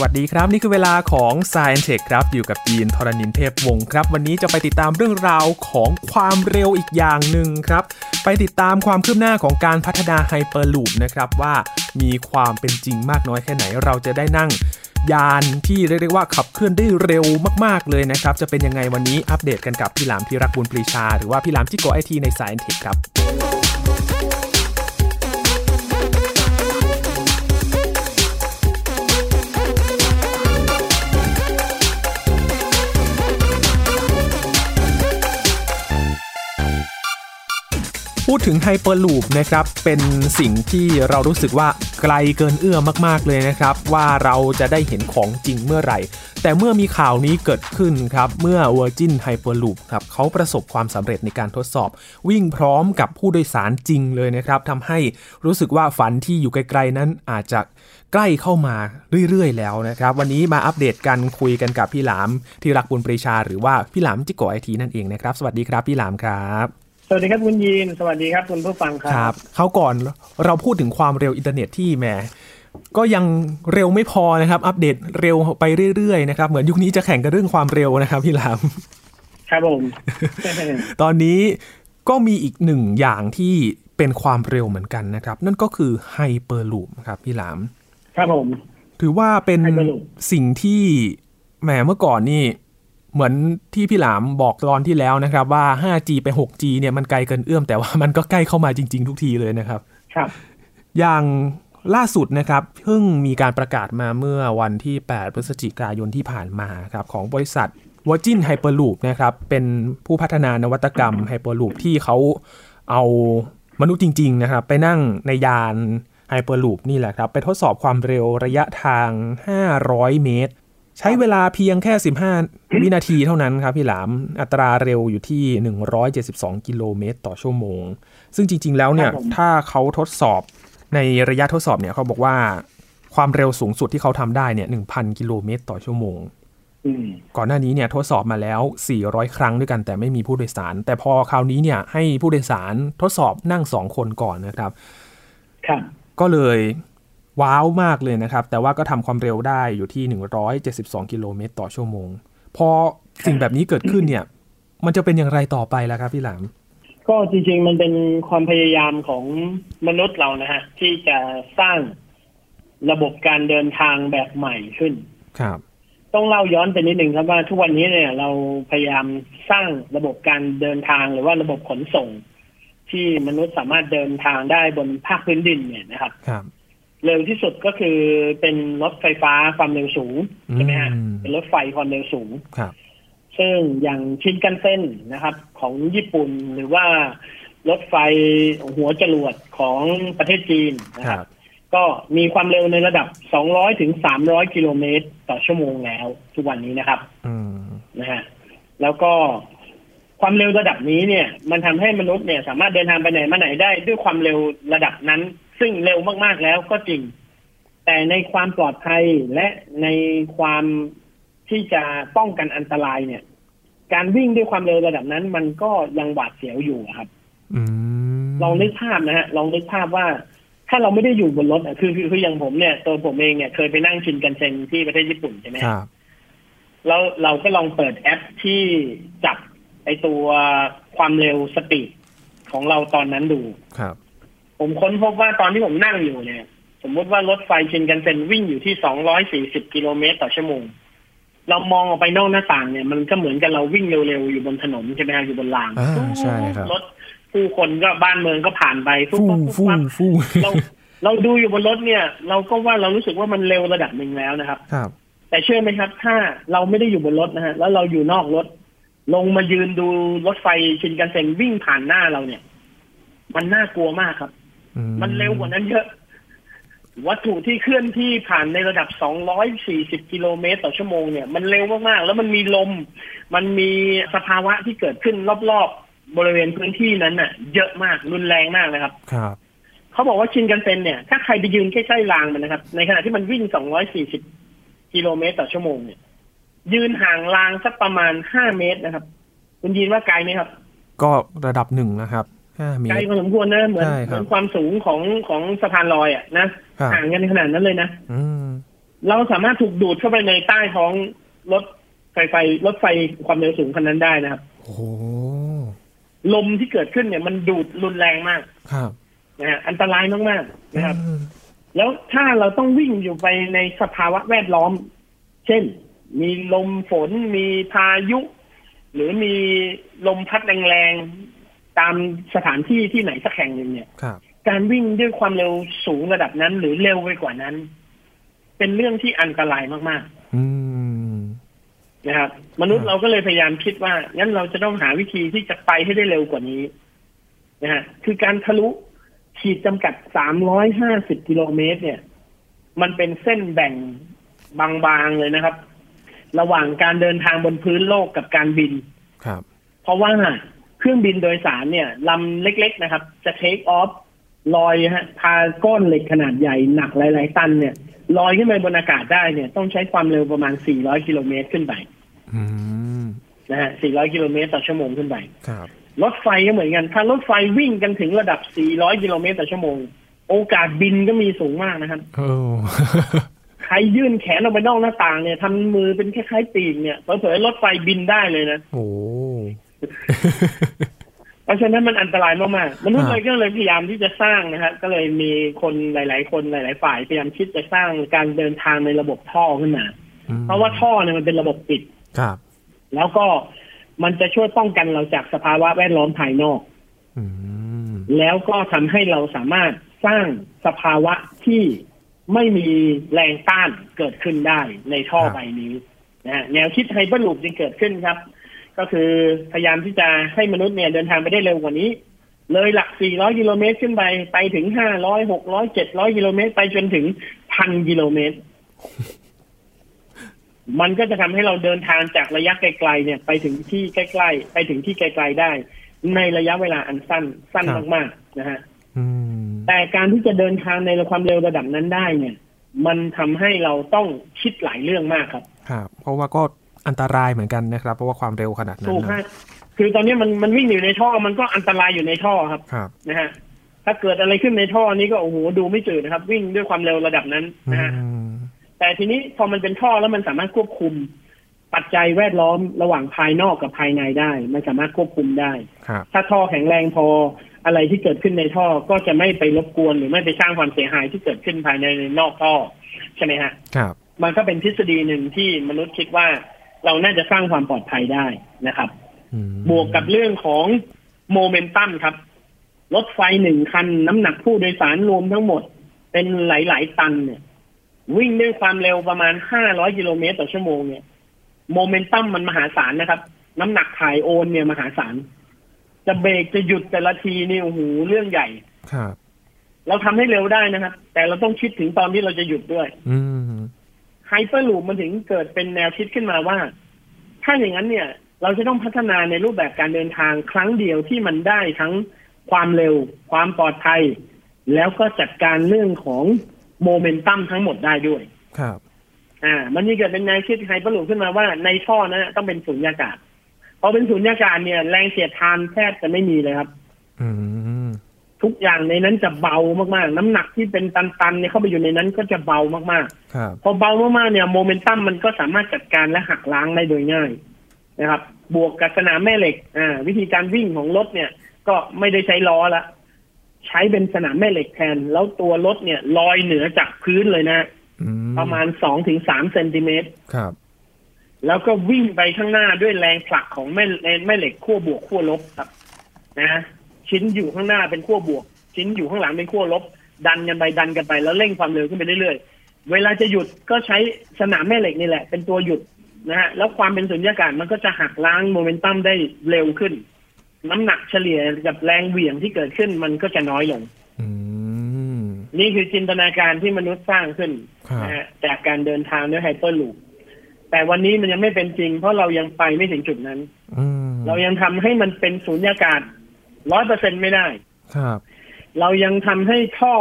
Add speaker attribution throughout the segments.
Speaker 1: วัสดีครับ นี่คือเวลาของ Science Tech ครับ อยู่กับยีนทรณินเทพวงศ์ครับ วันนี้จะไปติดตามเรื่องราวของความเร็วอีกอย่างหนึ่งครับ ไปติดตามความคืบหน้าของการพัฒนาไฮเปอร์ลูปนะครับ ว่ามีความเป็นจริงมากน้อยแค่ไหนเราจะได้นั่ง ยานที่เรียกได้ว่าขับเคลื่อนได้เร็วมากๆเลยนะครับ จะเป็นยังไงวันนี้อัปเดตกันกับพี่หลามที่รักบุญปรีชา หรือว่าพี่หลามจิโกไอทีใน Science Tech ครับ พูดถึงไฮเปอร์ลูปนะครับ เป็นสิ่งที่เรารู้สึกว่าไกลเกินเอื้อมาก ๆ เลยนะครับ ว่าเราจะได้เห็นของจริงเมื่อไหร่ แต่เมื่อมีข่าวนี้เกิดขึ้นครับ เมื่อ Virgin Hyperloop ครับเขาประสบความสำเร็จในการทดสอบ วิ่งพร้อมกับผู้โดยสารจริงเลยนะครับทำให้รู้สึกว่าฝันที่อยู่ไกล ๆ นั้นอาจจะใกล้เข้ามาเรื่อย ๆ แล้วนะครับ วันนี้มาอัปเดตกันคุยกันกับพี่หลามที่รักบุญปรีชา หรือว่าพี่หลามจิโกไอทีนั่นเองนะครับสวัสดีครับพี่หลามครับ
Speaker 2: สวัสดีครับคุณยีน สวัสดีครับคุณผู้ฟังค
Speaker 1: ค
Speaker 2: รั
Speaker 1: รั
Speaker 2: บบ
Speaker 1: เขาวก่อนเราพูดถึงความเร็วอินเทอร์เน็ตที่แหมก็ยังเร็วไม่พอนะครับ อัปเดตเร็วไปเรื่อยๆนะครับ เหมือนยุคนี้จะแข่งกันเรื่องความเร็วนะครับพี่หลาม
Speaker 2: ครับผม
Speaker 1: ตอนนี้ก็มีอีกหนึ่งอย่างที่เป็นความเร็วเหมือนกันนะครับ นั่นก็คือไฮเปอร์ลูปครับพี่หลาม
Speaker 2: ครับผม
Speaker 1: ถือว่าเป็น
Speaker 2: Hyperloop
Speaker 1: สิ่งที่แหมเมื่อก่อนนี่ เหมือนที่พี่หลามบอกตอนที่แล้วนะครับ ว่า 5G ไป 6G เนี่ยมันไกลเกินเอื้อมแต่ว่ามันก็ใกล้เข้ามาจริง ๆ ทุกทีเลยนะครับ
Speaker 2: ครับ
Speaker 1: อย่างล่าสุดนะครับเพิ่งมีการประกาศมาเมื่อวันที่ 8 พฤศจิกายนที่ผ่านมาครับของบริษัท Virgin Hyperloop นะครับเป็นผู้พัฒนานวัตกรรม Hyperloop ที่เขาเอามนุษย์จริง ๆ นะครับ ไปนั่งในยาน Hyperloop นี่แหละครับ ไปทดสอบความเร็วระยะทาง 500 เมตร ใช้เวลาเพียงแค่ 15 วินาทีเท่านั้นครับพี่หลาม อัตราเร็วอยู่ที่ 172 กิโลเมตรต่อชั่วโมง ซึ่งจริง ๆ แล้วเนี่ย
Speaker 2: ครับผม
Speaker 1: ถ้าเขาทดสอบในระยะทดสอบเนี่ยเขาบอกว่าความเร็วสูงสุดที่เขาทำได้เนี่ย 1,000 กิโลเมตรต่อชั่วโมง
Speaker 2: อืม
Speaker 1: ก่อนหน้านี้เนี่ยทดสอบมาแล้ว 400 ครั้งด้วยกันแต่ไม่มีผู้โดยสาร แต่พอคราวนี้เนี่ยให้ผู้โดยสารทดสอบนั่งสองคนก่อนนะครับ
Speaker 2: ครับ
Speaker 1: ก็เลยว้าวมากเลยนะครับ แต่ว่าก็ทำความเร็วได้อยู่ที่ 172 กิโลเมตรต่อชั่วโมง พอสิ่งแบบนี้เกิดขึ้นเนี่ย มันจะเป็นอย่างไรต่อไปล่ะครับพี่หลาม
Speaker 2: ก็จริงๆ มันเป็นความพยายามของมนุษย์เรานะฮะ ที่จะสร้างระบบการเดินทางแบบใหม่ขึ้น
Speaker 1: ครับ
Speaker 2: ต้องเล่าย้อนไปนิดนึงครับว่าทุกวันนี้เนี่ยเราพยายามสร้างระบบการเดินทางหรือว่าระบบขนส่ง ที่มนุษย์สามารถเดินทางได้บนภาคพื้นดินเนี่ยนะครับ
Speaker 1: ครับ
Speaker 2: เร็วที่สุดก็คือเป็นรถไฟฟ้าความเร็วสูงใช่ไหมฮะ
Speaker 1: อืม
Speaker 2: เป็นรถไฟความเร็วสูง
Speaker 1: ครับ
Speaker 2: ซึ่งอย่างชินกันเส้นนะครับ ของญี่ปุ่นหรือว่ารถไฟหัวจรวดของประเทศจีนนะ
Speaker 1: ค
Speaker 2: ค
Speaker 1: รั
Speaker 2: รับ
Speaker 1: บ
Speaker 2: ก็มีความเร็วในระดับ 200 ถึง 300 กิโลเมตรต่อชั่วโมงแล้ว ทุกวันนี้นะครับ
Speaker 1: อืม
Speaker 2: นะฮะแล้วก็ความเร็วระดับนี้เนี่ย มันทำให้มนุษย์เนี่ยสามารถเดินทางไปไหนมาไหนได้ด้วยความเร็วระดับนั้น ซึ่งเร็วมากๆแล้วก็จริง แต่ในความปลอดภัยและในความที่จะป้องกันอันตรายเนี่ย การวิ่งด้วยความเร็วระดับนั้น มันก็ยังหวาดเสียวอยู่อะครับ
Speaker 1: อืม
Speaker 2: ลองนึกภาพนะฮะลองนึกภาพว่า ถ้าเราไม่ได้อยู่บนรถอะคือคือคืออย่างผมเนี่ยตัวผมเองเนี่ยเคยไปนั่งชินกันเซ็นที่ประเทศญี่ปุ่นใช่ไหม
Speaker 1: ค
Speaker 2: ฮะ
Speaker 1: รับ
Speaker 2: แล้วเราก็ลองเปิดแอปที่จับไอตัวความเร็วสปีดของเราตอนนั้นดู
Speaker 1: ครับ
Speaker 2: ผมค้นพบว่าตอนที่ผมนั่งอยู่เนี่ย สมมติว่ารถไฟชินกันเซ็นวิ่งอยู่ที่ 240 กิโลเมตรต่อชั่วโมง เรามองออกไปนอกหน้าต่างเนี่ย มันก็เหมือนกับเราวิ่งเร็วๆ อยู่บนถนนใช่ไหมครับอยู่บนราง
Speaker 1: อ่าใช่ครับ
Speaker 2: รถผู้คนก็บ้านเมืองก็ผ่านไปฟุ๊บ
Speaker 1: ฟู่
Speaker 2: ฟุ๊บฟุ๊
Speaker 1: ฟู่
Speaker 2: บฟุ๊บ
Speaker 1: ฟู่
Speaker 2: เราเราดูอยู่บนรถเนี่ย เราก็ว่าเรารู้สึกว่ามันเร็วระดับหนึ่งแล้วนะครับ
Speaker 1: ครับ
Speaker 2: แต่เชื่อไหมครับ ถ้าเราไม่ได้อยู่บนรถนะฮะแล้วเราอยู่นอกรถ ลงมายืนดูรถไฟชินกันเซ็นวิ่งผ่านหน้าเราเนี่ย มันน่ากลัวมากครับ
Speaker 1: อื
Speaker 2: มันเร็วกว่านั้นเยอะ วัตถุที่เคลื่อนที่ผ่านในระดับ 240 กิโลเมตรต่อชั่วโมงเนี่ย มันเร็วมากๆ แล้วมันมีลม มันมีสภาวะที่เกิดขึ้นรอบๆ บริเวณพื้นที่นั้นน่ะ เยอะมาก รุนแรงมากนะครับ
Speaker 1: ครับ
Speaker 2: เขาบอกว่าชินกันเซ็นเนี่ย ถ้าใครไปยืนใกล้ๆรางมันนะครับ ในขณะที่มันวิ่ง 240 กิโลเมตรต่อชั่วโมงเนี่ย ยืนห่างรางสักประมาณ 5 เมตรนะครับ คุณยินว่าไกลไหมครับ
Speaker 1: ก็ระดับหนึ่งนะครับห้าเม
Speaker 2: ไกล
Speaker 1: ตร
Speaker 2: พอสมควรนะ เหมือน
Speaker 1: ใช่ครับ
Speaker 2: เหมือนความสูงของของสะพานลอยอ่ะนะ
Speaker 1: ครับ
Speaker 2: ห่างกันขนาดนั้นเลยนะ
Speaker 1: อืม
Speaker 2: เราสามารถถูกดูดเข้าไปในใต้ท้องรถไฟไฟรถไฟความเร็วสูงคันนั้นได้นะครับ
Speaker 1: โอ้โห
Speaker 2: ลมที่เกิดขึ้นเนี่ยมันดูดรุนแรงมาก
Speaker 1: ครับ
Speaker 2: นะฮะอันตรายมากๆนะครับ
Speaker 1: อืม
Speaker 2: แล้วถ้าเราต้องวิ่งอยู่ไปในสภาวะแวดล้อม เช่น มีลมฝน มีพายุ หรือมีลมพัดแรงๆ ตามสถานที่ที่ไหนสักแห่งหนึ่งเนี่ย
Speaker 1: ครับ
Speaker 2: การวิ่งด้วยความเร็วสูงระดับนั้น หรือเร็วไปกว่านั้น เป็นเรื่องที่อันตรายมาก
Speaker 1: อืม
Speaker 2: ๆนะครับ มนุษ
Speaker 1: ครั
Speaker 2: ย์
Speaker 1: บ
Speaker 2: เราก็เลยพยายามคิดว่างั้นเราจะต้องหาวิธีที่จะไปให้ได้เร็วกว่านี้นะฮะคือการทะลุขีดจำกัด 350 กิโลเมตร เนี่ย มันเป็นเส้นแบ่งบางๆเลยนะครับ ระหว่างการเดินทางบนพื้นโลกกับการบิน
Speaker 1: ครับ
Speaker 2: เพราะว่าเครื่องบินโดยสารเนี่ยลำเล็ก ๆ นะครับ จะเทคออฟลอยฮะพาก้อนเหล็กขนาดใหญ่หนักหลาย ๆ ตันเนี่ยลอยขึ้นไปบนอากาศได้เนี่ย ต้องใช้ความเร็วประมาณ 400 กิโลเมตรขึ้นไป
Speaker 1: อืม
Speaker 2: นะฮะ 400 กิโลเมตรต่อชั่วโมงขึ้นไป
Speaker 1: ครับ
Speaker 2: รถไฟก็เหมือนกัน ถ้ารถไฟวิ่งกันถึงระดับ 400 กิโลเมตรต่อชั่วโมง โอกาสบินก็มีสูงมากนะครับ
Speaker 1: โอ้
Speaker 2: ใครยื่นแขนออกไปนอกหน้าต่างเนี่ยทำมือเป็นคล้ายๆปีกเนี่ยเผลอๆรถไฟบินได้เลยนะ
Speaker 1: โห
Speaker 2: เพราะฉะนั้นมันอันตรายมากๆมนุษย์
Speaker 1: อ่า
Speaker 2: เลยก็เลยพยายามที่จะสร้างนะครับก็เลยมีคนหลาย ๆ คนหลาย ๆ ฝ่ายพยายามคิดจะสร้างการเดินทางในระบบท่อขึ้นมา
Speaker 1: อืม
Speaker 2: เพราะว่าท่อเนี่ยมันเป็นระบบปิด
Speaker 1: ครับ
Speaker 2: แล้วก็มันจะช่วยป้องกันเราจากสภาวะแวดล้อมภายนอก
Speaker 1: อืม
Speaker 2: แล้วก็ทำให้เราสามารถสร้างสภาวะที่ไม่มีแรงต้านเกิดขึ้นได้ในท่อใบนี้นะฮะแนวคิดไฮเปอร์ลูปจึงเกิดขึ้นครับ ก็คือพยายามที่จะให้มนุษย์เนี่ยเดินทางไปได้เร็วกว่านี้ เลยหลัก 400 กิโลเมตรขึ้นไป ไปถึง 500 600 700 กิโลเมตร ไปจนถึง 1,000 กิโลเมตร มันก็จะทำให้เราเดินทางจากระยะไกลๆเนี่ย ไปถึงที่ใกล้ ๆ ไปถึงที่ไกล ๆได้ ในระยะเวลาอันสั้นสั้นมากๆนะฮะ
Speaker 1: อืม
Speaker 2: แต่การที่จะเดินทางในความเร็วระดับนั้นได้เนี่ย มันทำให้เราต้องคิดหลายเรื่องมากครับ
Speaker 1: ครับ เพราะว่าก็อันตรายเหมือนกันนะครับ เพราะว่าความเร็วขนาดนั้น
Speaker 2: ถูก
Speaker 1: นะ
Speaker 2: ฮะคือตอนนี้มันมันวิ่งอยู่ในท่อมันก็อันตรายอยู่ในท่อครับ
Speaker 1: ครับ
Speaker 2: นะฮะ ถ้าเกิดอะไรขึ้นในท่อนี้ก็โอ้โหดูไม่จืดนะครับ วิ่งด้วยความเร็วระดับนั้น
Speaker 1: อื
Speaker 2: นะฮะ
Speaker 1: ม
Speaker 2: แต่ทีนี้พอมันเป็นท่อแล้วมันสามารถควบคุม ปัจจัยแวดล้อมระหว่างภายนอกกับภายในได้ มันสามารถควบคุมได้
Speaker 1: ครับ
Speaker 2: ถ้าท่อแข็งแรงพออะไรที่เกิดขึ้นในท่อก็จะไม่ไปรบกวนหรือไม่ไปสร้างความเสียหายที่เกิดขึ้นภายในนอกท่อใช่ไหมฮะ
Speaker 1: ครับ
Speaker 2: มันก็เป็นทฤษฎีหนึ่งที่มนุษย์คิดว่าเราน่าจะสร้างความปลอดภัยได้นะครับ
Speaker 1: อืม
Speaker 2: บวกกับเรื่องของโมเมนตัมครับ รถไฟหนึ่งคันน้ำหนักผู้โดยสารรวมทั้งหมด เป็นหลาย ๆ ตันเนี่ย วิ่งด้วยความเร็วประมาณ 500 กิโลเมตรต่อชั่วโมงเนี่ยโมเมนตัมมันมหาศาลนะครับ น้ำหนักถ่ายโอนเนี่ยมหาศาล จะเบรกจะหยุดแต่ละทีนี่โอ้โหเรื่องใหญ่
Speaker 1: ครับ
Speaker 2: เราทำให้เร็วได้นะครับ แต่เราต้องคิดถึงตอนที่เราจะหยุดด้วย
Speaker 1: อืม
Speaker 2: ไฮเปอร์ลูปมันถึงเกิดเป็นแนวคิดขึ้นมาว่า ถ้าอย่างนั้นเนี่ย เราจะต้องพัฒนาในรูปแบบการเดินทางครั้งเดียวที่มันได้ทั้งความเร็ว ความปลอดภัย แล้วก็จัดการเรื่องของโมเมนตัมทั้งหมดได้ด้วย
Speaker 1: ครับ
Speaker 2: อ่า มันนี่เกิดเป็นแนวคิดไฮเปอร์ลูปขึ้นมาว่าในท่อนะต้องเป็นศูนยากาศพอเป็นศูนยากาศเนี่ย แรงเสียดทานแทบจะไม่มีเลยครับ
Speaker 1: อืม
Speaker 2: ทุกอย่างในนั้นจะเบามากๆ น้ำหนักที่เป็นตันๆเนี่ยเข้าไปอยู่ในนั้นก็จะเบามากๆ
Speaker 1: ครับ
Speaker 2: พอเบามากๆเนี่ยโมเมนตัมมันก็สามารถจัดการและหักล้างได้โดยง่ายนะครับ บวกกับสนามแม่เหล็กอ่าวิธีการวิ่งของรถเนี่ย ก็ไม่ได้ใช้ล้อละใช้เป็นสนามแม่เหล็กแทน แล้วตัวรถเนี่ยลอยเหนือจากพื้นเลยนะ
Speaker 1: อืม
Speaker 2: ประมาณสองถึงสามเซนติเมตร
Speaker 1: ครับ
Speaker 2: แล้วก็วิ่งไปข้างหน้าด้วยแรงผลักของแม่แม่เหล็กขั้วบวกขั้วลบครับนะชิ้นอยู่ข้างหน้าเป็นขั้วบวก ชิ้นอยู่ข้างหลังเป็นขั้วลบ ดันกันไปดันกันไป แล้วเร่งความเร็วขึ้นไปเรื่อยๆ เวลาจะหยุดก็ใช้สนามแม่เหล็กนี่แหละ เป็นตัวหยุดนะฮะแล้วความเป็นสุญญากาศมันก็จะหักล้างโมเมนตัมได้เร็วขึ้น น้ำหนักเฉลี่ยกับแรงเหวี่ยงที่เกิดขึ้นมันก็จะน้อยลง
Speaker 1: อืม
Speaker 2: นี่คือจินตนาการที่มนุษย์สร้างขึ้น
Speaker 1: ครับ
Speaker 2: นะฮะจากการเดินทางด้วยไฮเปอร์ลูปแต่วันนี้มันยังไม่เป็นจริง เพราะเรายังไปไม่ถึงจุดนั้น
Speaker 1: อืม
Speaker 2: เรายังทำให้มันเป็นสุญญากาศร้อยเปอร์เซ็นไม่ได้
Speaker 1: ครับ
Speaker 2: เรายังทำให้ท่อ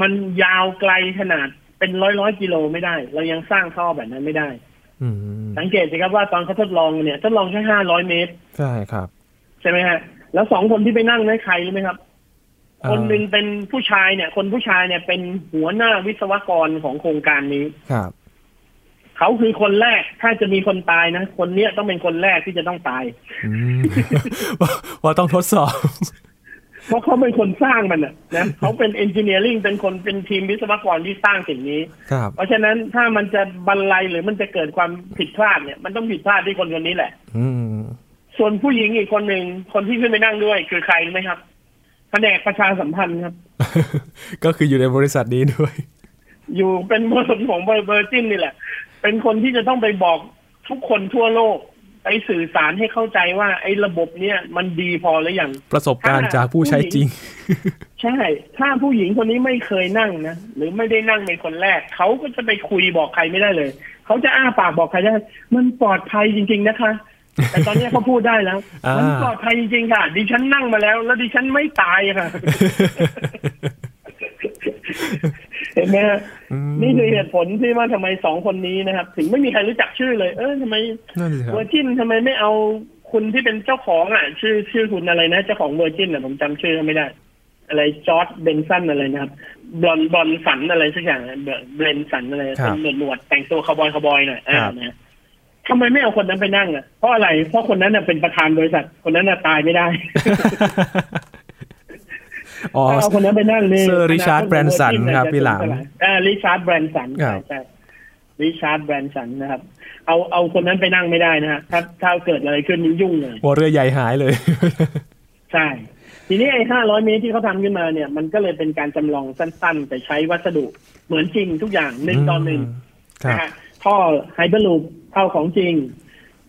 Speaker 2: มันยาวไกลขนาดเป็นร้อยร้อยๆกิโลไม่ได้ เรายังสร้างท่อแบบนั้นไม่ได้
Speaker 1: อืม
Speaker 2: สังเกตสิครับว่าตอนเขาทดลองเนี่ยทดลองแค่ห้าร้อยเมตร
Speaker 1: ใช่ครับ
Speaker 2: ใช่ไหมฮะ แล้วสองคนที่ไปนั่งนั้นใครรู้ไหมครับ
Speaker 1: เอ่อ
Speaker 2: คนหนึ่งเป็นผู้ชายเนี่ย คนผู้ชายเนี่ยเป็นหัวหน้าวิศวกรของโครงการนี้
Speaker 1: ครับ
Speaker 2: เขาคือคนแรกถ้าจะมีคนตายนะ คนเนี้ยต้องเป็นคนแรกที่จะต้องตาย
Speaker 1: อืม ว่าว่าต้องทดสอบ
Speaker 2: เพราะเขาเป็นคนสร้างมันน่ะนะเขาเป็นเอนจิเนียริงเป็นคนเป็นทีมวิศวกรที่สร้างสิ่งนี้
Speaker 1: ครับ
Speaker 2: เพราะฉะนั้นถ้ามันจะบรรลัยหรือมันจะเกิดความผิดพลาดเนี่ย มันต้องผิดพลาดที่คนคนนี้แหละ
Speaker 1: อืม
Speaker 2: ส่วนผู้หญิงอีกคนหนึ่งคนที่ขึ้นไปนั่งด้วย คือใครรู้ไหมครับแผนกประชาสัมพันธ์ครับ
Speaker 1: ก็คืออยู่ในบริษัทนี้ด้วย
Speaker 2: อยู่เป็นเบอร์ของเบอร์เบอร์จินนี่แหละ เป็นคนที่จะต้องไปบอกทุกคนทั่วโลก ไปสื่อสารให้เข้าใจว่าไอ้ระบบเนี่ยมันดีพอหรือยัง
Speaker 1: ประสบการณ์จากผู้ใช้จริง
Speaker 2: ใช่ ถ้าผู้หญิงคนนี้ไม่เคยนั่งนะ หรือไม่ได้นั่งเป็นคนแรก เขาก็จะไปคุยบอกใครไม่ได้เลย เขาจะอ้าปากบอกใครได้ มันปลอดภัยจริง ๆ นะคะ แต่ตอนนี้เขาพูดได้แล้ว
Speaker 1: อ่ามั
Speaker 2: มันปลอดภัยจริงๆค่ะ ดิฉันนั่งมาแล้ว แล้วดิฉันไม่ตายค่ะ เห็นไหมฮะ
Speaker 1: อืม
Speaker 2: นี่คือเหตุผลที่ว่าทำไมสองคนนี้นะครับ ถึงไม่มีใครรู้จักชื่อเลย เออทำไม
Speaker 1: นั่นสิครับ
Speaker 2: เวอร์จินทำไมไม่เอาคุณที่เป็นเจ้าของอ่ะ ชื่อชื่อคุณอะไรนะ เจ้าของเวอร์จินอ่ะผมจำชื่อไม่ได้ อะไรจอร์ดเบนสันอะไรนะครับบอลบอลสันอะไรสักอย่างอะเบเบรนสันอะไร
Speaker 1: ครับ
Speaker 2: เป็นหนวดหนวดแต่งตัวคาวบอยคาวบอยหน่อยอ่า
Speaker 1: ครับ
Speaker 2: นะทำไมไม่เอาคนนั้นไปนั่งอ่ะเพราะอะไรเพราะคนนั้นน่ะเป็นประธานบริษัท คนนั้นน่ะตายไม่ได้
Speaker 1: อ๋อ
Speaker 2: ถ้า เอาคนนั้นไปนั่งนี่
Speaker 1: เซอร์ Richard Branson ครับพี่หลาม
Speaker 2: อ่าริชาร์ดแบรนสัน
Speaker 1: ครับ
Speaker 2: ใช่ริชาร์ดแบรนสันนะครับ เอาเอาคนนั้นไปนั่งไม่ได้นะฮะถ้าถ้าเกิดอะไรขึ้นนี่ยุ่งเลย
Speaker 1: หัวเรือใหญ่หายเลย
Speaker 2: ใช่ ทีนี้ไอ้ห้าร้อยเมตรที่เขาทำขึ้นมาเนี่ย มันก็เลยเป็นการจำลองสั้นๆ แต่ใช้วัสดุเหมือนจริงทุกอย่างหนึ่งต่อหนึ่ง
Speaker 1: ครั
Speaker 2: นะ
Speaker 1: บ
Speaker 2: ฮะท่อไฮเปอร์ลูปเท่าของจริง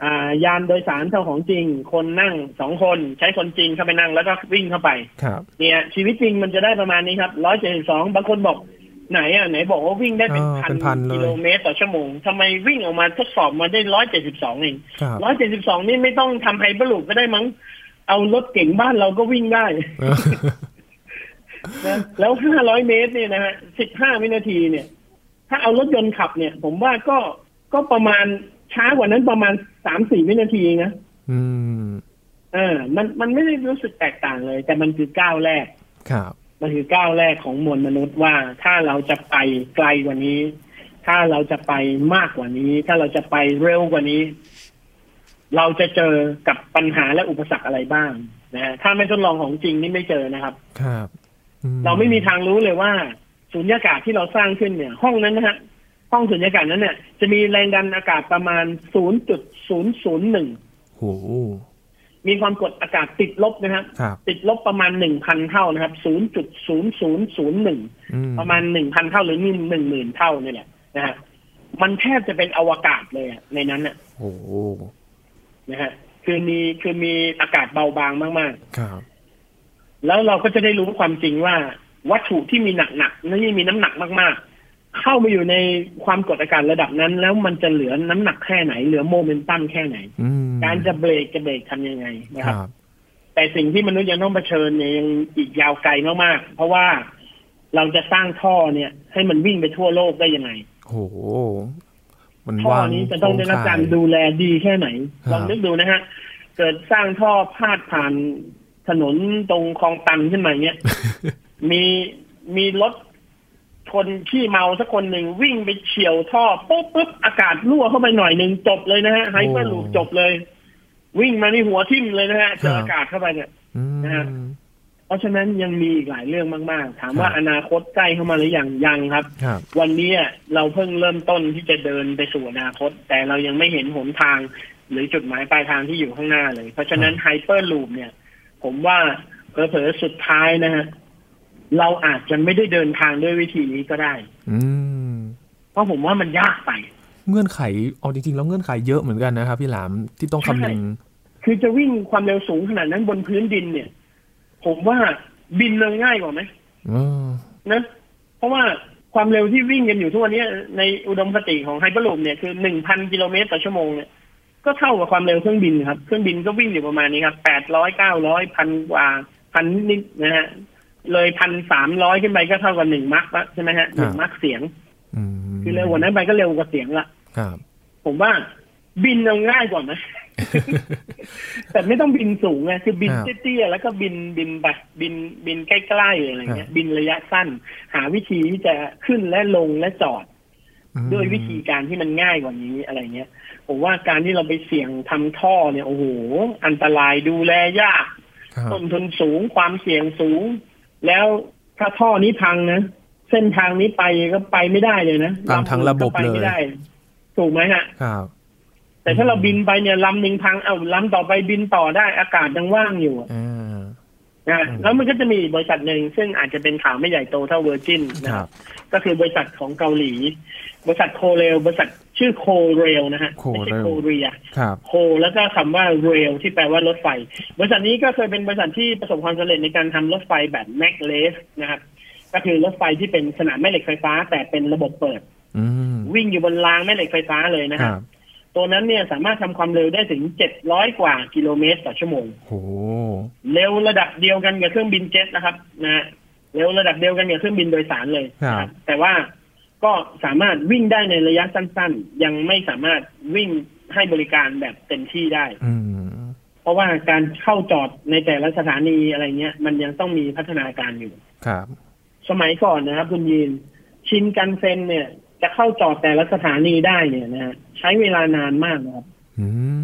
Speaker 2: อ่ายานโดยสารเท่าของจริง คนนั่งสองคนใช้คนจริงเข้าไปนั่งแล้วก็วิ่งเข้าไป
Speaker 1: ครับ
Speaker 2: เนี่ยชีวิตจริงมันจะได้ประมาณนี้ครับร้อยเจ็ดสองบางคนบอกไหนอ่ะไหนบอกว่าวิ่งได้เป็น
Speaker 1: อ่า
Speaker 2: พั
Speaker 1: เป็นพัน
Speaker 2: น
Speaker 1: เลย
Speaker 2: กิโลเมตรต่อชั่วโมงทำไมวิ่งออกมาทดสอบมาได้ร้อยเจ็ดสิบสองเอง
Speaker 1: ครับ
Speaker 2: ร้อยเจ็ดสิบสองนี่ไม่ต้องทำไฮเปอร์ลูปก็ได้มั้ง เอารถเก่งบ้านเราก็วิ่งได้
Speaker 1: เออ
Speaker 2: นะแล้วห้าร้อยเมตรเนี่ยนะฮะสิบห้าวินาทีเนี่ย ถ้าเอารถยนต์ขับเนี่ย ผมว่าก็ก็ประมาณช้ากว่านั้นประมาณสามสี่วินาทีนะ
Speaker 1: อืม
Speaker 2: เออมันมันไม่ได้รู้สึกแตกต่างเลย แต่มันคือก้าวแรก
Speaker 1: ครับ
Speaker 2: มันคือก้าวแรกของมวลมนุษย์ว่าถ้าเราจะไปไกลกว่านี้ ถ้าเราจะไปมากกว่านี้ ถ้าเราจะไปเร็วกว่านี้ เราจะเจอกับปัญหาและอุปสรรคอะไรบ้างนะฮะถ้าไม่ทดลองของจริงนี่ไม่เจอนะครับ
Speaker 1: ครับอื
Speaker 2: เราไม่มีทางรู้เลยว่าสุญญากาศที่เราสร้างขึ้นเนี่ย ห้องนั้นนะฮะห้องสุญญากาศนั้นเนี่ย จะมีแรงดันอากาศประมาณ 0.001
Speaker 1: โอ้โห
Speaker 2: มีความกดอากาศติดลบนะฮะ
Speaker 1: ครับ
Speaker 2: ติดลบประมาณ 1,000 เท่านะครับ 0.0001
Speaker 1: อื
Speaker 2: ประมาณหนึ่งพันเท่าหรือหนึ่งหมื่นเท่านี่แหละนะฮะมันแทบจะเป็นอวกาศเลยอะในนั้นน่ะ
Speaker 1: โอ้โห
Speaker 2: นะฮะคือมีคือมีอากาศเบาบางมาก
Speaker 1: ครับ
Speaker 2: ๆ แล้วเราก็จะได้รู้ความจริงว่า วัตถุที่มีหนักๆและที่มีน้ำหนักมากๆ เข้ามาอยู่ในความกดอากาศระดับนั้น แล้วมันจะเหลือน้ำหนักแค่ไหน เหลือโมเมนตัมแค่ไหน
Speaker 1: อืม
Speaker 2: การจะเบรกจะเบรกทำยังไงนะ
Speaker 1: ค
Speaker 2: ครับ
Speaker 1: รับ
Speaker 2: แต่สิ่งที่มนุษย์ยังต้องเผชิญเนี่ยยังอีกยาวไกลมากๆ เพราะว่าเราจะสร้างท่อเนี่ย ให้มันวิ่งไปทั่วโลกได้ยังไง
Speaker 1: โห มัน
Speaker 2: ท่อ
Speaker 1: วาง
Speaker 2: นี้จะต้องได้รับการ
Speaker 1: โคงข่ย
Speaker 2: ดูแลดีแค่ไหน
Speaker 1: ครับ
Speaker 2: ลองนึกดูนะฮะ เกิดสร้างท่อพาดผ่านถนนตรงคลองตันขึ้นมา เนี้ย มีมีรถคนขี้เมาสักคนหนึ่งวิ่งไปเฉียวท่อปุ๊บปุ๊บอากาศรั่วเข้าไปหน่อยหนึ่งจบเลยนะฮะไฮเปอร์ลูปจบเลย วิ่งมานี่หัวทิ่มเลยนะฮะเจออากาศเข้าไปเนี่ย
Speaker 1: อืม
Speaker 2: นะฮะ เพราะฉะนั้นยังมีอีกหลายเรื่องมาก ๆ ถามว่า
Speaker 1: ครับ
Speaker 2: อนาคตใกล้เข้ามาหรือยังยังครับ
Speaker 1: ครับ
Speaker 2: วันนี้เราเพิ่งเริ่มต้นที่จะเดินไปสู่อนาคต แต่เรายังไม่เห็นหนทาง หรือจุดหมายปลายทางที่อยู่ข้างหน้าเลย เพราะฉะนั้นไฮเปอร์ลูปเนี่ย ผมว่าเผลอๆสุดท้ายนะฮะเราอาจจะไม่ได้เดินทางด้วยวิธีนี้ก็ได้
Speaker 1: อืม
Speaker 2: เพราะผมว่ามันยากไป
Speaker 1: เงื่อนไข เอาจริงๆ แล้วเงื่อนไขเยอะเหมือนกันนะครับพี่หลามที่ต้องคำนึง
Speaker 2: คือจะวิ่งความเร็วสูงขนาดนั้นบนพื้นดินเนี่ย ผมว่าบินเลยง่ายกว่าไหม
Speaker 1: อืม
Speaker 2: นะเพราะว่าความเร็วที่วิ่งกันอยู่ทุกวันนี้ในอุดมคติของไฮเปอร์ลูปเนี่ยคือหนึ่งพันกิโลเมตรต่อชั่วโมงเนี่ยก็เท่ากับความเร็วเครื่องบินครับ เครื่องบินก็วิ่งอยู่ประมาณนี้ครับแปดร้อยเก้าร้อยพันกว่าพันนิดๆนะฮะเลยพันสามร้อยขึ้นไปก็เท่ากับหนึ่งมักละใช่ไหมฮะหนึ่
Speaker 1: ค
Speaker 2: ง
Speaker 1: รับ
Speaker 2: มักเสียง
Speaker 1: อืม
Speaker 2: คือเร็วกว่านั้นไปก็เร็วกว่าเสียงละ
Speaker 1: ครับ
Speaker 2: ผมว่าบินเอาง่ายก ว่านะ แต่ไม่ต้องบินสูงไงคือบินเตี้ยๆแล้วก็บินบินไปบินบินใกล้ๆอะไรเงี้ย บินระยะสั้น หาวิธีที่จะขึ้นและลงและจอด
Speaker 1: อืม
Speaker 2: ด้วยวิธีการที่มันง่ายกว่านี้อะไรเงี้ย ผมว่าการที่เราไปเสี่ยงทำท่อเนี่ยโอ้โหอันตรายดูแลยาก
Speaker 1: ครับ
Speaker 2: ต้นทุนสูงความเสี่ยงสูง แล้วถ้าท่อนี้พังนะ เส้นทางนี้ไปก็ไปไม่ได้เลยนะ
Speaker 1: ตามทั้งระบบ
Speaker 2: ำอื่นก็ไป
Speaker 1: เลย
Speaker 2: ไม่ได้ ถูกไหมฮะ
Speaker 1: ครับ
Speaker 2: แต่ถ้าเราบินไปเนี่ยลำหนึ่งพังเอาลำต่อไปบินต่อได้อากาศยังว่างอยู่อะ
Speaker 1: อ่า
Speaker 2: นะ
Speaker 1: อืม
Speaker 2: แล้วมันก็จะมีบริษัทหนึ่งซึ่งอาจจะเป็นข่าวไม่ใหญ่โตเท่าเวอร์จิน
Speaker 1: ค
Speaker 2: นะค
Speaker 1: รั
Speaker 2: รับ บก็คือบริษัทของเกาหลี บริษัทโคเรลบริษัทชื่อโคเรลนะฮะ
Speaker 1: Korail
Speaker 2: ไม่ใช่โคเรีย
Speaker 1: ครับ
Speaker 2: โคแล้วก็คำว่าเรลที่แปลว่ารถไฟ บริษัทนี้ก็เคยเป็นบริษัทที่ประสบความสำเร็จในการทำรถไฟแบบแมกเลสนะครับ ก็คือรถไฟที่เป็นสนามแม่เหล็กไฟฟ้า แต่เป็นระบบเปิด
Speaker 1: อืม
Speaker 2: วิ่งอยู่บนรางแม่เหล็กไฟฟ้าเลยนะ
Speaker 1: ค
Speaker 2: ค
Speaker 1: รั
Speaker 2: รั
Speaker 1: บบ
Speaker 2: ตัวนั้นเนี่ยสามารถทำความเร็วได้ถึง 700 กว่ากิโลเมตรต่อชั่วโมง
Speaker 1: โห
Speaker 2: เร็วระดับเดียวกันกับเครื่องบินเจ็ตนะครับนะฮะเร็วระดับเดียวกันกับเครื่องบินโดยสารเลย
Speaker 1: ครับ
Speaker 2: นะครับแต่ว่าก็สามารถวิ่งได้ในระยะสั้นๆ ยังไม่สามารถวิ่งให้บริการแบบเต็มที่ได้
Speaker 1: อืม
Speaker 2: เพราะว่าการเข้าจอดในแต่ละสถานีอะไรเงี้ย มันยังต้องมีพัฒนาการอยู่
Speaker 1: ครับ
Speaker 2: สมัยก่อนนะครับคุณยีนชินกันเซ็นเนี่ย จะเข้าจอดแต่ละสถานีได้เนี่ยนะฮะใช้เวลานานมากนะครับ
Speaker 1: อืม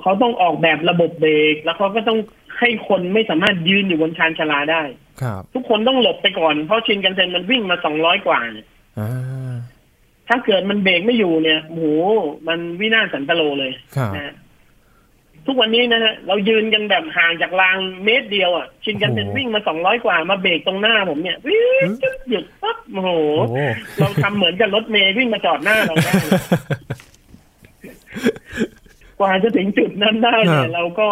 Speaker 2: เขาต้องออกแบบระบบเบรกแล้วเขาก็ต้องให้คนไม่สามารถยืนอยู่บนชานชาลาได้
Speaker 1: ครับ
Speaker 2: ทุกคนต้องหลบไปก่อนเพราะชินกันเซ็นมันวิ่งมาสองร้อยกว่าเนี่ย
Speaker 1: อ่า
Speaker 2: ถ้าเกิดมันเบรกไม่อยู่เนี่ยโอ้โหมันวินาศสันตโลเลย
Speaker 1: ครับ
Speaker 2: นะฮะทุกวันนี้นะฮะเรายืนกันแบบห่างจากรางเมตรเดียวอ่ะชินกันเซ็น
Speaker 1: โอ้โห
Speaker 2: วิ่งมาสองร้อยกว่ามาเบรกตรงหน้าผมเนี่ยวิ่งจึ๊บหยุดปั๊บโอ้โห
Speaker 1: โอ้
Speaker 2: เราทำเหมือนกับรถเมย์วิ่งมาจอดหน้าเราได้ กว่าจะถึงจุดนั้นได้
Speaker 1: ค
Speaker 2: เนี่
Speaker 1: รั
Speaker 2: ย
Speaker 1: บ
Speaker 2: เราก็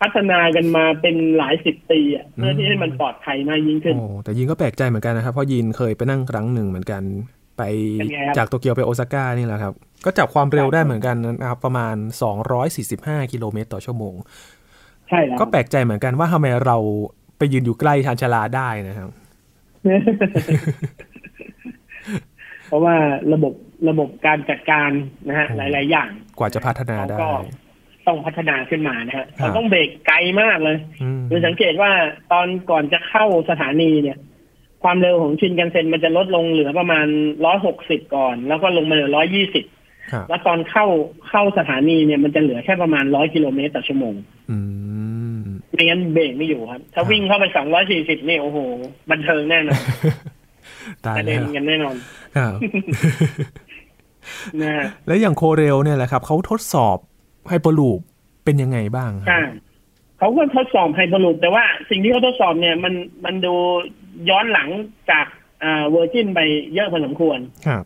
Speaker 2: พัฒนากันมาเป็นหลายสิบปีอะเพื่อ
Speaker 1: ม
Speaker 2: ที่ให้มันปลอดภัยมากยิ่งขึ้น
Speaker 1: โอ้แต่ยินก็แปลกใจเหมือนกันนะครับ เพราะยินเคยไปนั่งครั้งหนึ่งเหมือนกัน ไป
Speaker 2: เป็นไงครับ
Speaker 1: จากโตเกียวไปโอซาก้านี่แหละครับ ก็จับความเร็วได้เหมือนกันนะครับประมาณ 245 กิโลเมตรต่อชั่วโมง
Speaker 2: ใช่แล้ว
Speaker 1: ก็แปลกใจเหมือนกันว่าทำไมเราไปยืนอยู่ใกล้ชานชาลาได้นะครับ
Speaker 2: เพราะว่าระบบระบบการจัดการนะฮะ
Speaker 1: โอ้
Speaker 2: หลาย ๆ อย่าง
Speaker 1: กว่าจะพัฒนา
Speaker 2: เขา
Speaker 1: ได้
Speaker 2: ก็ต้องพัฒนาขึ้นมานะฮะ
Speaker 1: ครับ
Speaker 2: เขาต้องเบรกไกลมากเลย
Speaker 1: อืม
Speaker 2: คือสังเกตว่าตอนก่อนจะเข้าสถานีเนี่ย ความเร็วของชินกันเซ็นมันจะลดลงเหลือประมาณร้อยหกสิบก่อน แล้วก็ลงมาเหลือร้อยี่สิบ
Speaker 1: ครับ
Speaker 2: แล้วตอนเข้าเข้าสถานีเนี่ยมันจะเหลือแค่ประมาณร้อยกิโลเมตรต่อชั่วโมง
Speaker 1: อืม
Speaker 2: ไม่งั้นเบรกไม่อยู่ครับ ถ้า
Speaker 1: ครับ
Speaker 2: วิ่งเข้าไปสองร้อยสี่สิบนี่โอ้โห บันเทิงแน่นอน
Speaker 1: ตาย
Speaker 2: กระ
Speaker 1: แล้
Speaker 2: เด็น
Speaker 1: ว
Speaker 2: กันแน่นอน
Speaker 1: ครับ
Speaker 2: นะฮะ
Speaker 1: แล้วอย่างโคเรลเนี่ยแหละครับเขาทดสอบไฮเปอร์ลูปเป็นยังไงบ้างครับ
Speaker 2: ใช่เขาก็ทดสอบไฮเปอร์ลูปแต่ว่าสิ่งที่เขาทดสอบเนี่ยมันมันดูย้อนหลังจากเวอร์จินไปเยอะพอสมควร
Speaker 1: ครับ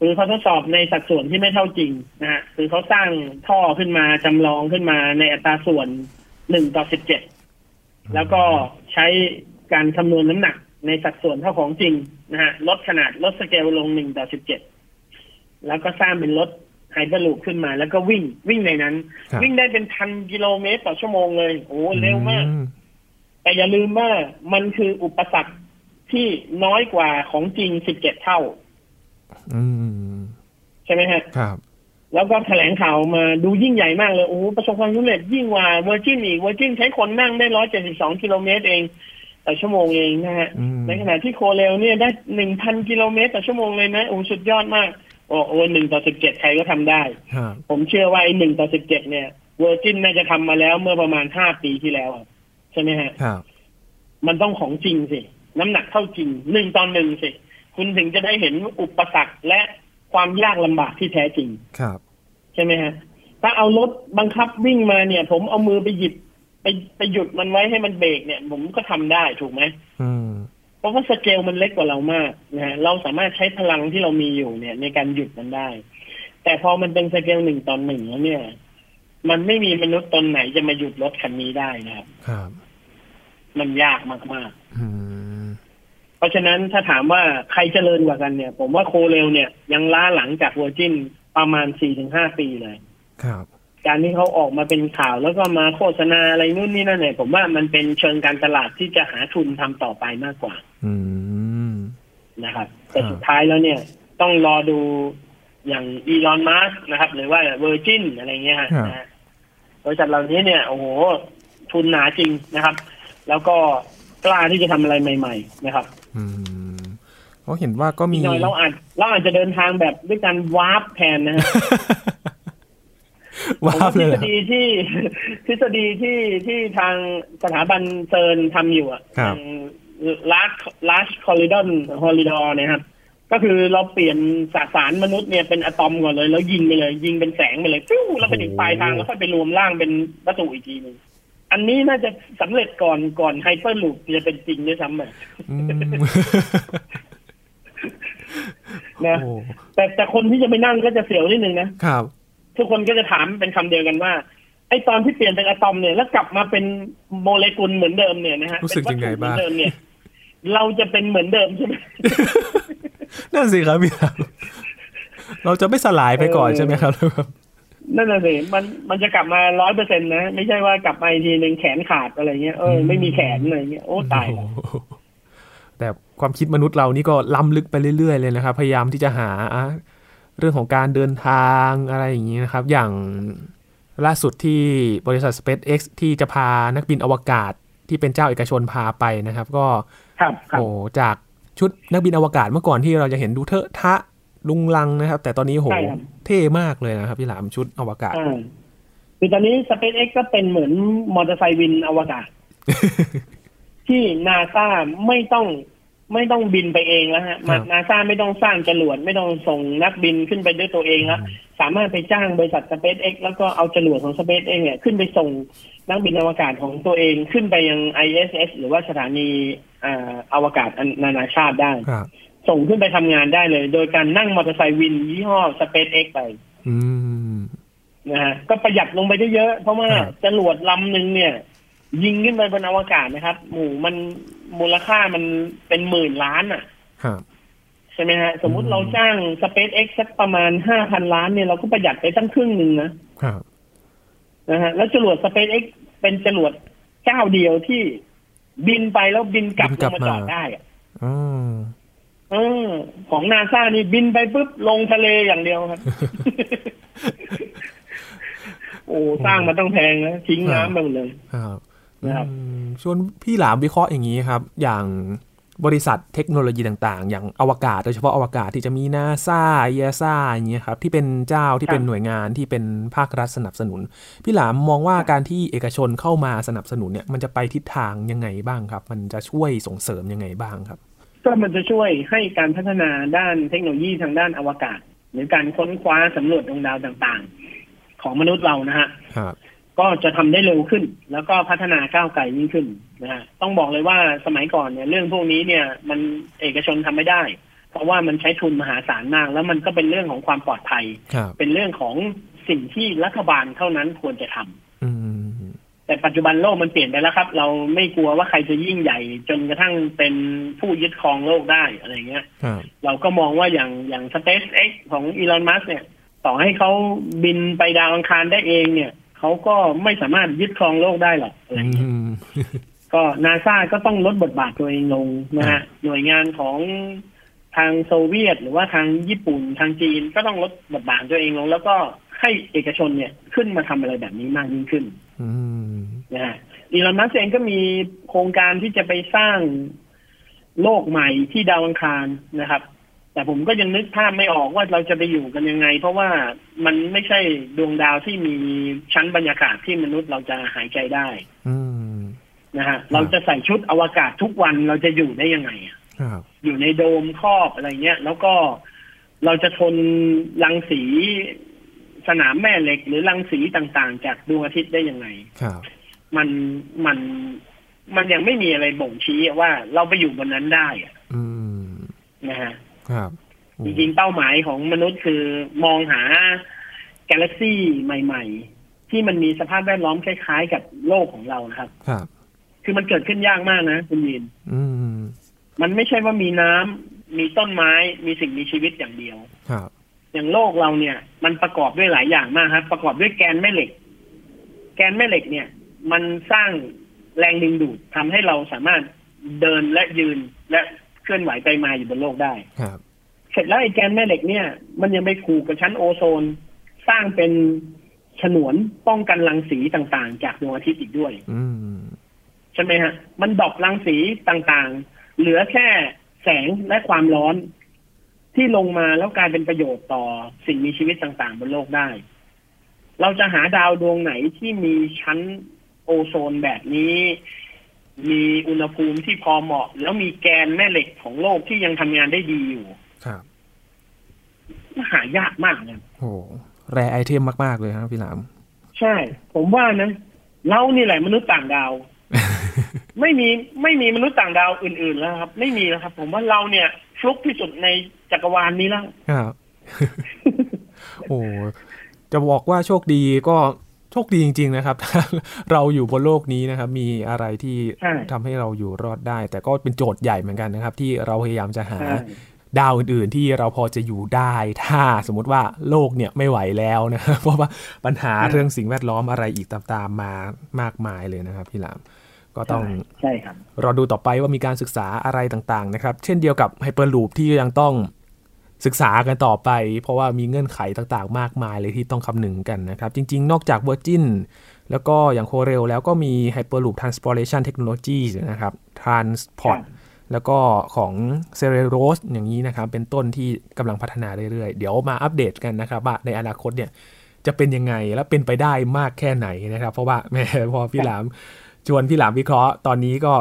Speaker 2: คือเขาทดสอบในสัดส่วนที่ไม่เท่าจริงนะฮะคือเขาสร้างท่อขึ้นมาจำลองขึ้นมาในอัตราส่วนหนึ่งต่อสิบเจ็ด แล้วก็ใช้การคำนวณน้ำหนักในสัดส่วนเท่าของจริงนะฮะลดขนาดลดสเกลลงหนึ่งต่อสิบเจ็ดแล้วก็สร้างเป็นรถไฮเปอร์ลูปขึ้นมา แล้วก็วิ่งวิ่งในนั้น
Speaker 1: ครับ
Speaker 2: วิ่งได้เป็นพันกิโลเมตรต่อชั่วโมงเลย โอ้เร็วมาก
Speaker 1: อื
Speaker 2: แต่อย่าลืมว่ามันคืออุปสรรคที่น้อยกว่าของจริงสิบเจ็ดเท่า
Speaker 1: อืม
Speaker 2: ใช่ไหมฮะ
Speaker 1: ครับ
Speaker 2: แล้วก็แถลงข่าวมาดูยิ่งใหญ่มากเลย โอ้โหประสบความสำเร็จยิ่งกว่าเวอร์จินอีกเวอร์จินใช้คนนั่งได้ร้อยเจ็ดสิบสองกิโลเมตรเองต่อชั่วโมงเองนะฮะ
Speaker 1: อืม
Speaker 2: ในขณะที่โคเรลเนี่ยได้หนึ่งพันกิโลเมตรต่อชั่วโมงเลยนะโอ้โหสุดยอดมาก โอ้โหหนึ่งต่อสิบเจ็ดใครก็ทำได้
Speaker 1: ครับ
Speaker 2: ผมเชื่อว่าไอ้หนึ่งต่อสิบเจ็ดเนี่ยเวอร์จินน่าจะทำมาแล้วเมื่อประมาณห้าปีที่แล้วอะใช่ไหมฮะ
Speaker 1: ครับ
Speaker 2: มันต้องของจริงสิ น้ำหนักเท่าจริงหนึ่งตอนหนึ่งสิ คุณถึงจะได้เห็นอุปสรรคและความยากลำบากที่แท้จริง
Speaker 1: ครับ
Speaker 2: ใช่ไหมฮะ ถ้าเอารถบังคับวิ่งมาเนี่ย ผมเอามือไปหยิบไปไปหยุดมันไว้ให้มันเบรกเนี่ย ผมก็ทำได้ถูกไหม
Speaker 1: อืม
Speaker 2: เพราะว่าสเกลมันเล็กกว่าเรามากนะฮะเราสามารถใช้พลังที่เรามีอยู่เนี่ย ในการหยุดมันได้ แต่พอมันเป็นสเกลหนึ่งตอนหนึ่งแล้วเนี่ย มันไม่มีมนุษย์ตนไหนจะมาหยุดรถคันนี้ได้นะครับ
Speaker 1: ครับ
Speaker 2: มันยากมาก
Speaker 1: อืม
Speaker 2: ๆ เพราะฉะนั้นถ้าถามว่าใครเจริญกว่ากันเนี่ย ผมว่าโคเรลเนี่ยยังล้าหลังจากเวอร์จินประมาณสี่ถึงห้าปีเลย
Speaker 1: ครับ
Speaker 2: การที่เขาออกมาเป็นข่าวแล้วก็มาโฆษณาอะไรนู่นนี่นั่นเนี่ยผมว่ามันเป็นเชิงการตลาดที่จะหาทุนทำต่อไปมากกว่า
Speaker 1: อืม
Speaker 2: นะครับ
Speaker 1: ค
Speaker 2: แต่
Speaker 1: รับ
Speaker 2: สุดท้ายแล้วเนี่ยต้องรอดูอย่างอีลอนมัสนะครับ หรือว่าเวอร์จินอะไรเงี้ยฮะนะฮะบริษัทเหล่านี้เนี่ย โอ้โห ทุนหนาจริงนะครับ แล้วก็กล้าที่จะทำอะไรใหม่ ๆ นะครับ
Speaker 1: อืม เพราะเห็นว่าก็มี
Speaker 2: อีกหน่อยเราอาจเราอาจจะเดินทางแบบด้วยการวาร์ปแทนนะฮะ ผม
Speaker 1: ว้า
Speaker 2: ว่าว ท
Speaker 1: เลย
Speaker 2: ฤ
Speaker 1: เหรอ
Speaker 2: ษฎีที่ ทฤษฎีที่ ที่ทางสถาบันเซิร์นทำอยู่อ่ะ
Speaker 1: ครับ
Speaker 2: ลาร์ลาร์คอริดอนฮอลิดอร์นะครับ ก็คือเราเปลี่ยนสสารมนุษย์เนี่ยเป็นอะตอมก่อนเลย แล้วยิงไปเลย ยิงเป็นแสงไปเลยฟิวแล้วไปถึงปลายทาง
Speaker 1: โอ้โห
Speaker 2: แล้วค่อยไปรวมร่างเป็นวัตถุอีกทีหนึงอันนี้น่าจะสำเร็จก่อนก่อนไฮเปอร์ลูปจะเป็นจริงด้วยซ้ำไป
Speaker 1: อืม
Speaker 2: นะ
Speaker 1: โอ้
Speaker 2: แต่แต่คนที่จะไปนั่งก็จะเสียวนิดนึงนะ
Speaker 1: ครับ
Speaker 2: ทุกคนก็จะถามเป็นคำเดียวกันว่า ไอ้ตอนที่เปลี่ยนเป็นอะตอมเนี่ยแล้วกลับมาเป็นโมเลกุลเหมือนเดิมเนี่ยนะฮะ
Speaker 1: รู้สึกยังไงบ้าง
Speaker 2: เป็นวัตถุเหมือนเดิมเนี่ย เราจะเป็นเหมือนเดิมใช่ไหม
Speaker 1: นั่นสิครับพี่ครับเราจะไม่สลายไปก่อนใช่ไหมครับ
Speaker 2: นั่นน่ะสิมันมันจะกลับมาร้อยเปอร์เซ็นต์นะ ไม่ใช่ว่ากลับมาอีกทีหนึ่งแขนขาดอะไรเงี้ยเออไม่มีแขนอะไรเงี้ยโอ้ตายละ
Speaker 1: โอ้โหแต่ความคิดมนุษย์เรานี่ก็ล้ำลึกไปเรื่อยๆเลยนะครับ พยายามที่จะหาเรื่องของการเดินทางอะไรอย่างนี้นะครับ อย่างล่าสุดที่บริษัท SpaceX ที่จะพานักบินอวกาศที่เป็นเจ้าเอกชนพาไปนะครับ ก็
Speaker 2: ครับครับ
Speaker 1: โอ้จากชุดนักบินอวกาศเมื่อก่อนที่เราจะเห็นดูเทอะทะลุงลังนะครับ แต่ตอนนี้โห
Speaker 2: ใช่ครับ
Speaker 1: เท่มากเลยนะครับพี่หลามชุดอวกาศ
Speaker 2: อ่าคือตอนนี้สเปซเอ็กก็เป็นเหมือนมอเตอร์ไซค์วินอวกาศ ที่นาซาไม่ต้องไม่ต้องบินไปเองแล้วฮะ
Speaker 1: ครับ
Speaker 2: นาซาไม่ต้องสร้างจรวดไม่ต้องส่งนักบินขึ้นไปด้วยตัวเองแล้ว สามารถไปจ้างบริษัทสเปซเอ็กแล้วก็เอาจรวดของสเปซเอ็กเนี่ยขึ้นไปส่งนักบินอวกาศของตัวเองขึ้นไปยัง ISS หรือว่าสถานีอ่าอวกาศอันนานาชาติได้
Speaker 1: ครับ
Speaker 2: ส่งขึ้นไปทำงานได้เลย โดยการนั่งมอเตอร์ไซค์วินยี่ห้อสเปซเอ็กไป
Speaker 1: อืม
Speaker 2: นะฮะก็ประหยัดลงไปได้เยอะ เพราะว่า
Speaker 1: ครับ
Speaker 2: จรวดลำหนึ่งเนี่ย ยิงขึ้นไปบนอวกาศนะครับ หมู่มันมูลค่ามันเป็นหมื่นล้านอ่ะ
Speaker 1: ครับ
Speaker 2: ใช่ไหมฮะ สมมุติ
Speaker 1: อืม
Speaker 2: เราจ้าง SpaceX สักประมาณห้าพันล้านเนี่ยเราก็ประหยัดไปตั้งครึ่งหนึ่งนะครับ นะฮะแล้วจรวด SpaceX เป็นจรวดเจ้าเดียวที่บินไปแล้วบินกลับ
Speaker 1: บินกลับ
Speaker 2: ลงมา
Speaker 1: มา
Speaker 2: จอดได้อะ
Speaker 1: อ๋อ
Speaker 2: เออของนาซานี่บินไปปุ๊บลงทะเลอย่างเดียว ครับ โอ้สร้างมาต้องแพงนะทิ้งน้ำไปหมดเลย
Speaker 1: ครับ
Speaker 2: นะครับ
Speaker 1: อืมชวนพี่หลามวิเคราะห์อย่างนี้ครับ อย่างบริษัทเทคโนโลยีต่างๆ อย่างอวกาศโดยเฉพาะอวกาศที่จะมีนาซาเอซาอย่างเงี้ยครับที่เป็นเจ้าที่
Speaker 2: ครับ
Speaker 1: เป็นหน่วยงานที่เป็นภาครัฐสนับสนุน พี่หลามมองว่าการที่เอกชนเข้ามาสนับสนุนเนี่ยมันจะไปทิศทางยังไงบ้างครับ มันจะช่วยส่งเสริมยังไงบ้างครับ
Speaker 2: ก็มันจะช่วยให้การพัฒนาด้านเทคโนโลยีทางด้านอวกาศ หรือการค้นคว้าสำรวจดวงดาวต่างๆ ของมนุษย์เรานะฮะ
Speaker 1: ครับ
Speaker 2: ก็จะทำได้เร็วขึ้น แล้วก็พัฒนาก้าวไกลยิ่งขึ้นนะฮะต้องบอกเลยว่าสมัยก่อนเนี่ยเรื่องพวกนี้เนี่ย มันเอกชนทำไม่ได้ เพราะว่ามันใช้ทุนมหาศาลมาก แล้วมันก็เป็นเรื่องของความปลอดภัย
Speaker 1: ครับ
Speaker 2: เป็นเรื่องของสิ่งที่รัฐบาลเท่านั้นควรจะทำ
Speaker 1: อืม
Speaker 2: แต่ปัจจุบันโลกมันเปลี่ยนไปแล้วครับ เราไม่กลัวว่าใครจะยิ่งใหญ่ จนกระทั่งเป็นผู้ยึดครองโลกได้อะไรเงี้ย
Speaker 1: ครับ
Speaker 2: เราก็มองว่าอย่างอย่าง SpaceX ของอีลอนมัสเนี่ย ต่อให้เขาบินไปดาวอังคารได้เองเนี่ย เขาก็ไม่สามารถยึดครองโลกได้หรอกอะไร
Speaker 1: อื
Speaker 2: เงี้ย
Speaker 1: ม
Speaker 2: ก็นาซาก็ต้องลดบทบาทตัวเองลงนะฮะ หน่วยงานของทางโซเวียต หรือว่าทางญี่ปุ่นทางจีนก็ต้องลดบทบาทตัวเองลง แล้วก็ให้เอกชนเนี่ยขึ้นมาทำอะไรแบบนี้มากยิ่งขึ้น
Speaker 1: อืม
Speaker 2: นะฮะอีลอนมัสก์เองก็มีโครงการที่จะไปสร้างโลกใหม่ที่ดาวอังคารนะครับ แต่ผมก็ยังนึกภาพไม่ออกว่าเราจะไปอยู่กันยังไง เพราะว่ามันไม่ใช่ดวงดาวที่มีชั้นบรรยากาศที่มนุษย์เราจะหายใจได้
Speaker 1: อืม
Speaker 2: นะฮะเราจะใส่ชุดอวกาศทุกวันเราจะอยู่ได้ยังไงอะ
Speaker 1: ครับ
Speaker 2: อยู่ในโดมครอบอะไรเงี้ย แล้วก็เราจะทนรังสีสนามแม่เหล็ก หรือรังสีต่างๆ จากดวงอาทิตย์ได้ยังไง
Speaker 1: ครับ
Speaker 2: มันมันมันยังไม่มีอะไรบ่งชี้ว่าเราไปอยู่บนนั้นได้อะ
Speaker 1: อืม
Speaker 2: นะฮะ
Speaker 1: ครับโอ้
Speaker 2: จริงๆเป้าหมายของมนุษย์คือมองหากาแล็กซี่ใหม่ ๆ ที่มันมีสภาพแวดล้อมคล้ายๆ กับโลกของเรานะครับ
Speaker 1: ครับ
Speaker 2: คือมันเกิดขึ้นยากมากนะคุณยิน
Speaker 1: อืม
Speaker 2: มันไม่ใช่ว่ามีน้ำมีต้นไม้มีสิ่งมีชีวิตอย่างเดียว
Speaker 1: ครับ
Speaker 2: อย่างโลกเราเนี่ย มันประกอบด้วยหลายอย่างมากครับ ประกอบด้วยแกนแม่เหล็ก แกนแม่เหล็กเนี่ย มันสร้างแรงดึงดูดทำให้เราสามารถเดินและยืนและเคลื่อนไหวไปมาอยู่บนโลกได้
Speaker 1: ครับ
Speaker 2: เสร็จแล้วไอ้แกนแม่เหล็กเนี่ย มันยังไปขู่กับชั้นโอโซน สร้างเป็นฉนวนป้องกันรังสีต่างๆ จากดวงอาทิตย์อีกด้วย
Speaker 1: อืม
Speaker 2: ใช่ไหมฮะ มันดรอปรังสีต่างๆ เหลือแค่ แสงและความร้อน ที่ลงมาแล้วกลายเป็นประโยชน์ต่อสิ่งมีชีวิตต่างๆ บนโลกได้ เราจะหาดาวดวงไหนที่มีชั้นโอโซนแบบนี้ มีอุณหภูมิที่พอเหมาะ แล้วมีแกนแม่เหล็กของโลกที่ยังทำงานได้ดีอยู่
Speaker 1: ครับ
Speaker 2: หายากมากนะ
Speaker 1: โอ้แรไอเทมมากๆเลยครับพี่หลาม
Speaker 2: ใช่ ผมว่านะเรานี่แหละมนุษย์ต่าง ดาว ไม่มีไม่มีมนุษย์ต่างดาวอื่น ๆ แล้วครับ ไม่มีแล้วครับ ผมว่าเราเนี่ยฟลุกที่สุดในจักรวาลนี้แล้ว
Speaker 1: ครับ โอ้จะบอกว่าโชคดีก็โชคดีจริง ๆ นะครับ เราอยู่บนโลกนี้นะครับ มีอะไรที่
Speaker 2: ใช่
Speaker 1: ทำให้เราอยู่รอดได้ แต่ก็เป็นโจทย์ใหญ่เหมือนกันนะครับ ที่เราพยายามจะหา
Speaker 2: ใช่
Speaker 1: ดาวอื่นๆที่เราพอจะอยู่ได้ ถ้าสมมติว่าโลกเนี่ยไม่ไหวแล้วนะครับ เพราะว่าปัญหาเรื่องสิ่งแวดล้อมอะไรอีกตามๆมามากมายเลยนะครับพี่หลาม ก็ต้อง
Speaker 2: ใช่ครับ
Speaker 1: รอดูต่อไปว่ามีการศึกษาอะไรต่างๆนะครับ เช่นเดียวกับไฮเปอร์ลูปที่ยังต้องศึกษากันต่อไป เพราะว่ามีเงื่อนไขต่างๆ มากมายเลยที่ต้องคำนึงกันนะครับ จริง ๆ นอกจาก Virgin แล้วก็อย่างโฮเรลแล้วก็มี Hyperloop Transportation Technology นะครับ Transport
Speaker 2: ครับ
Speaker 1: แล้วก็ของ c e r e r o s อย่างนี้นะครับ เป็นต้นที่กำลังพัฒนาเรื่อยๆ เดี๋ยวมาอัปเดตกันนะครับว่าในอนาคตเนี่ย จะเป็นยังไงและเป็นไปได้มากแค่ไหนนะครับ เพราะ ว่าแหม่พอพี่หลามชวนพี่หลามวิเคราะห์ตอนนี้ก็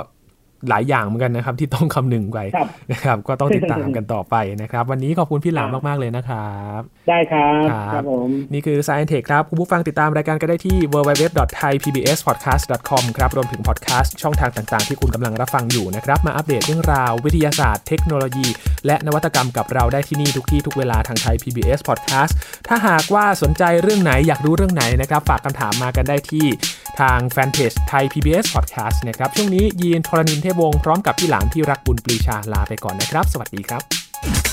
Speaker 1: หลายอย่างเหมือนกันนะครับ ที่ต้องคำนึงไป
Speaker 2: ครับ
Speaker 1: นะครับ ก็ต้องติดตามกันต่อไปนะครับ วันนี้ขอบคุณพี่หลาม
Speaker 2: ครับ
Speaker 1: มาก ๆ เลยนะครับ
Speaker 2: ได้ครับ
Speaker 1: ครับ
Speaker 2: ครับผม
Speaker 1: นี่คือ Science Tech ครับ คุณผู้ฟังติดตามรายการก็ได้ที่ www.thaipbspodcast.com ครับ รวมถึงพอดแคสต์ช่องทางต่างๆ ที่คุณกำลังรับฟังอยู่นะครับ มาอัปเดตเรื่องราววิทยาศาสตร์เทคโนโลยี และนวัตกรรมกับเราได้ที่นี่ทุกที่ทุกเวลาทางไทย PBS Podcast ถ้าหากว่าสนใจเรื่องไหนอยากรู้เรื่องไหนนะครับ ฝากคำถามมากันได้ที่ทางแฟนเพจไทย PBS Podcast นะครับ ช่วงนี้ยีนทรณินเทพวงศ์พร้อมกับพี่หลามที่รักบุญปรีชาลาไปก่อนนะครับ สวัสดีครับ